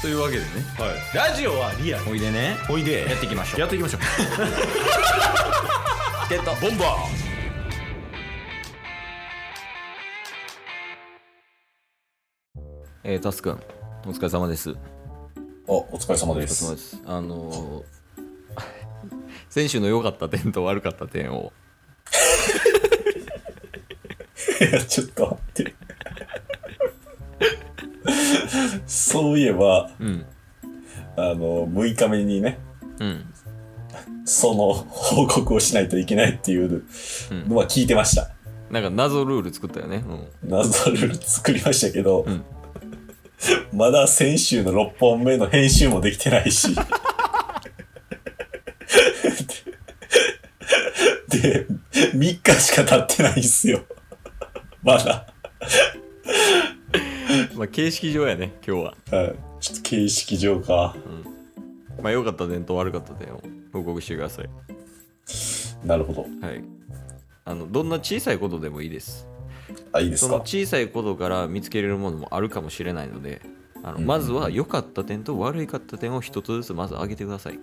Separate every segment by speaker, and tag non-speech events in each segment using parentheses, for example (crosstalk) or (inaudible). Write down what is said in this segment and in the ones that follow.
Speaker 1: というわけでね
Speaker 2: はい、ラジオはリアル
Speaker 1: おいでね
Speaker 2: おいで
Speaker 1: やっていきましょう
Speaker 2: やっていきましょう
Speaker 1: ってた
Speaker 2: ボンバ
Speaker 1: えー、タスくんお疲れ様ですお
Speaker 3: あ、お疲れ様
Speaker 1: 疲
Speaker 3: で
Speaker 1: れ様
Speaker 3: す。
Speaker 1: ですあのー、 (laughs) 先週の良かった点と悪かった点を
Speaker 3: いや、 (laughs) ちょっと待って。そういえば、
Speaker 1: うん
Speaker 3: あの、6日目にね、
Speaker 1: うん
Speaker 3: その報告をしないといけないっていう
Speaker 1: うん
Speaker 3: のは聞いてました。
Speaker 1: なんか謎ルール作ったよね
Speaker 3: 謎ルール作りましたけど、
Speaker 1: ん
Speaker 3: まだ先週の6本目の編集もできてないし。で、3日しか経ってないんすよ。まだ。
Speaker 1: うんまあ形式上やね今日は
Speaker 3: はいちょっと形式上か。
Speaker 1: まあ良かった点と悪かった点を報告してください
Speaker 3: なるほど。
Speaker 1: はいあのどんな小さいことでもいいです
Speaker 3: あ、いいです
Speaker 1: その
Speaker 3: か。
Speaker 1: 小さいことから見つけれるものもあるかもしれないのであのまずは良かった点と悪いかった点を一つずつまず上げてください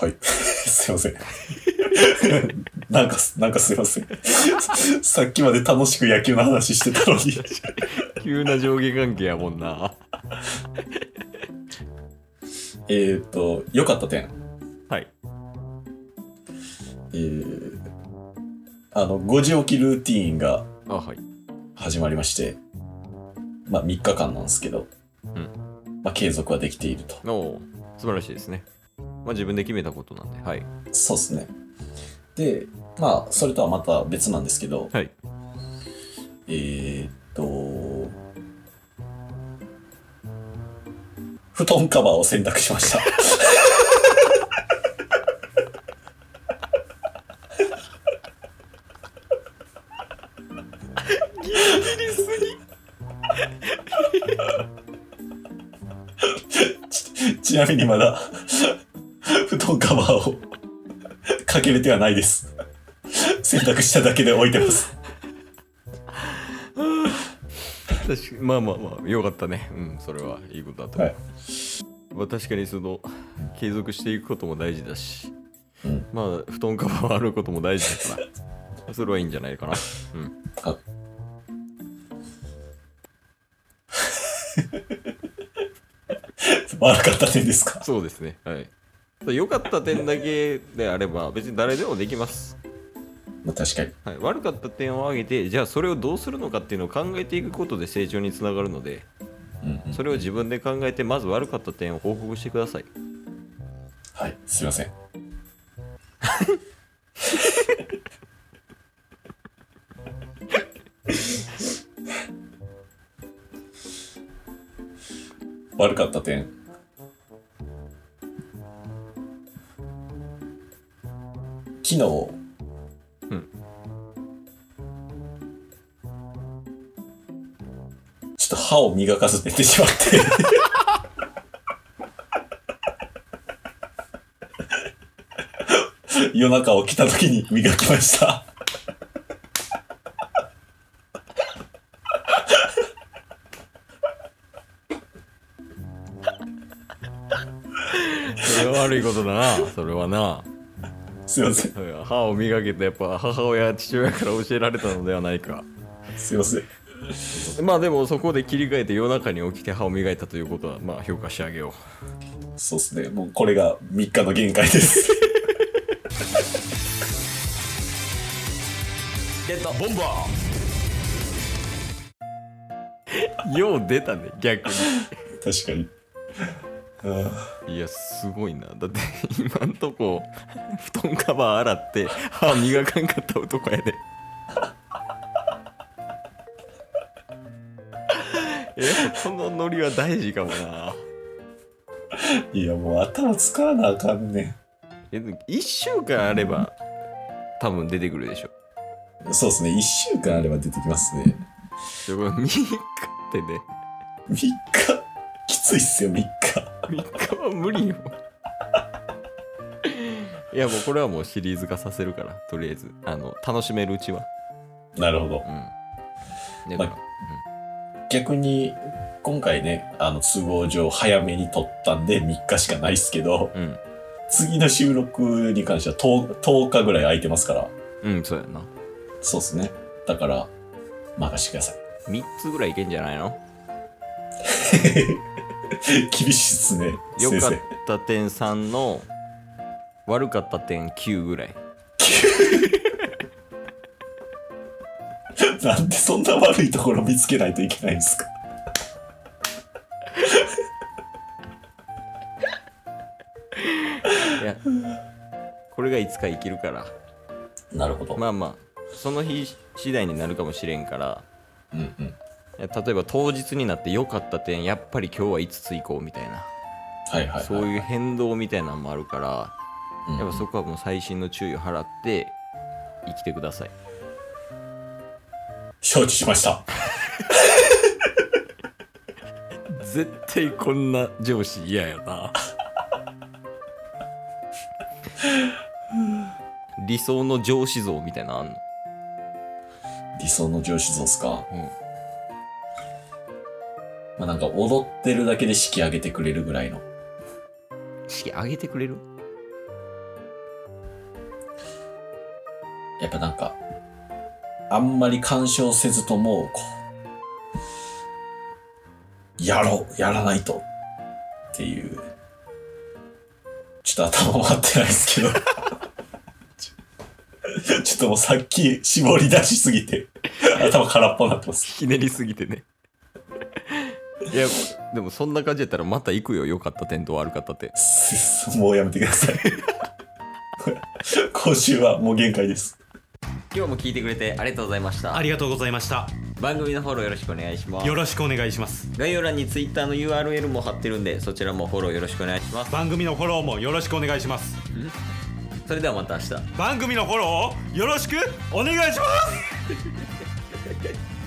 Speaker 3: はい。 (laughs) すいません。なんか、 (laughs) なんかすいません。 (laughs) さっきまで楽しく野球の話してたのに。 (laughs)
Speaker 1: 急な上下関係やもんな
Speaker 3: えっと、良かった点。
Speaker 1: はい
Speaker 3: えー、あの、5時起きルーティーンが
Speaker 1: あはい
Speaker 3: 始まりまして、まあ3日間なんですけど、
Speaker 1: ん
Speaker 3: まあ継続はできていると。
Speaker 1: おお素晴らしいですねまあ自分で決めたことなんではい
Speaker 3: そうですね。で、まあ、それとはまた別なんですけど、
Speaker 1: はい
Speaker 3: えーっと、布団カバーを選択しました。 (laughs) ちちなみにまだ布団カバーをかけれてはないです。選択しただけで置いてます。
Speaker 1: 確かまあまあまあよかったねうんそれはいいことだと思う、
Speaker 3: はい
Speaker 1: まあ、確かにその継続していくことも大事だし、
Speaker 3: うん
Speaker 1: まあ布団カバーをあることも大事だからそれはいいんじゃないかなうん
Speaker 3: (laughs) あ悪かった点ですか
Speaker 1: そうですねはい良かった点だけであれば別に誰でもできます、
Speaker 3: まあ確かに。
Speaker 1: はい、悪かった点を挙げてじゃあそれをどうするのかっていうのを考えていくことで成長につながるので
Speaker 3: うんうん
Speaker 1: それを自分で考えてまず悪かった点を報告してください
Speaker 3: はい、すいません。 (laughs) 悪かった点。昨日、
Speaker 1: うん
Speaker 3: ちょっと歯を磨かず寝てしまって。夜中起きた時に磨きました。
Speaker 1: それは悪いことだなそれはな
Speaker 3: すいません。
Speaker 1: 歯を磨けてやっぱ母親や父親から教えられたのではないか
Speaker 3: すいません。
Speaker 1: まあでもそこで切り替えて夜中に起きて歯を磨いたということはまあ評価してあげよ
Speaker 3: そうですね。もうこれが3日の限界で
Speaker 1: (laughs)
Speaker 3: す。
Speaker 1: うゲット
Speaker 2: ーボンバ
Speaker 1: よう出たね逆
Speaker 3: 確かに。あ
Speaker 1: にいやすごいなだって今んとこ布団カバー洗って歯磨かんかった男やでえこのノリは大事かもな
Speaker 3: ーいや、もう頭使わなあかんね
Speaker 1: え1週間あれば多分出てくるでしょ
Speaker 3: ん。そうですね。1週間あれば出てきますね。
Speaker 1: でこれ3日ってね
Speaker 3: 3日。きついっすよ、3日。
Speaker 1: 3日は無理よ (laughs) いやもうこれはもうシリーズ化させるからとりあえずあの楽しめるうちは
Speaker 3: なるほど
Speaker 1: う。んね
Speaker 3: まあ逆に、今回ね、あの、都合上早めに撮ったんで3日しかないっすけど、
Speaker 1: うん
Speaker 3: 次の収録に関しては 10, 10日ぐらい空いてますから、
Speaker 1: うんそうやな
Speaker 3: そうっすね。だから、任してください。
Speaker 1: 3つぐらいいけんじゃないの
Speaker 3: 厳しい (laughs) っすね、
Speaker 1: 良
Speaker 3: 先
Speaker 1: かっ
Speaker 3: 生。
Speaker 1: た点3の悪かった点9ぐらい
Speaker 3: なんでそんな悪いところ見つけないといけないんですか
Speaker 1: いやこれがいつか生きるから
Speaker 3: なるほど。
Speaker 1: まあまあその日次第になるかもしれんから
Speaker 3: うんうん。
Speaker 1: いや例えば当日になって良かった点やっぱり今日は5つ行こうみたいな
Speaker 3: はいはい、はい。
Speaker 1: そういう変動みたいなのもあるから
Speaker 3: うんうん
Speaker 1: やっぱそこはもう細心の注意を払って生きてください
Speaker 3: 承知しました。
Speaker 1: 絶対こんな上司嫌やな (laughs) 理想の上司像みたいなのあんの
Speaker 3: 理想の上司像っすか。
Speaker 1: うん
Speaker 3: まあ、なんか踊ってるだけで式上げてくれるぐらいの。
Speaker 1: 式上げてくれる
Speaker 3: やっぱなんか、あんまり干渉せずとも、こう、やろう、やらないと。っていう。ちょっと頭回ってないですけど。 (laughs) ちょちょっともうさっき絞り出しすぎて、頭空っぽになってます。
Speaker 1: ひねりすぎてねいやでもそんな感じやったらまた行くよ良かった点と悪かった点
Speaker 3: す (laughs) もうやめてください。 (laughs) 今週はもう限界です。
Speaker 1: 今日も聞いてくれてありがとうございました
Speaker 2: ありがとうございました
Speaker 1: 番組のフォローよろしくお願いします
Speaker 2: よろしくお願いします
Speaker 1: 概要欄に Twitter の URL も貼ってるんでそちらもフォローよろしくお願いします
Speaker 2: 番組のフォローもよろしくお願いします
Speaker 1: それではまた明日
Speaker 2: 番組のフォローをよろしくお願いします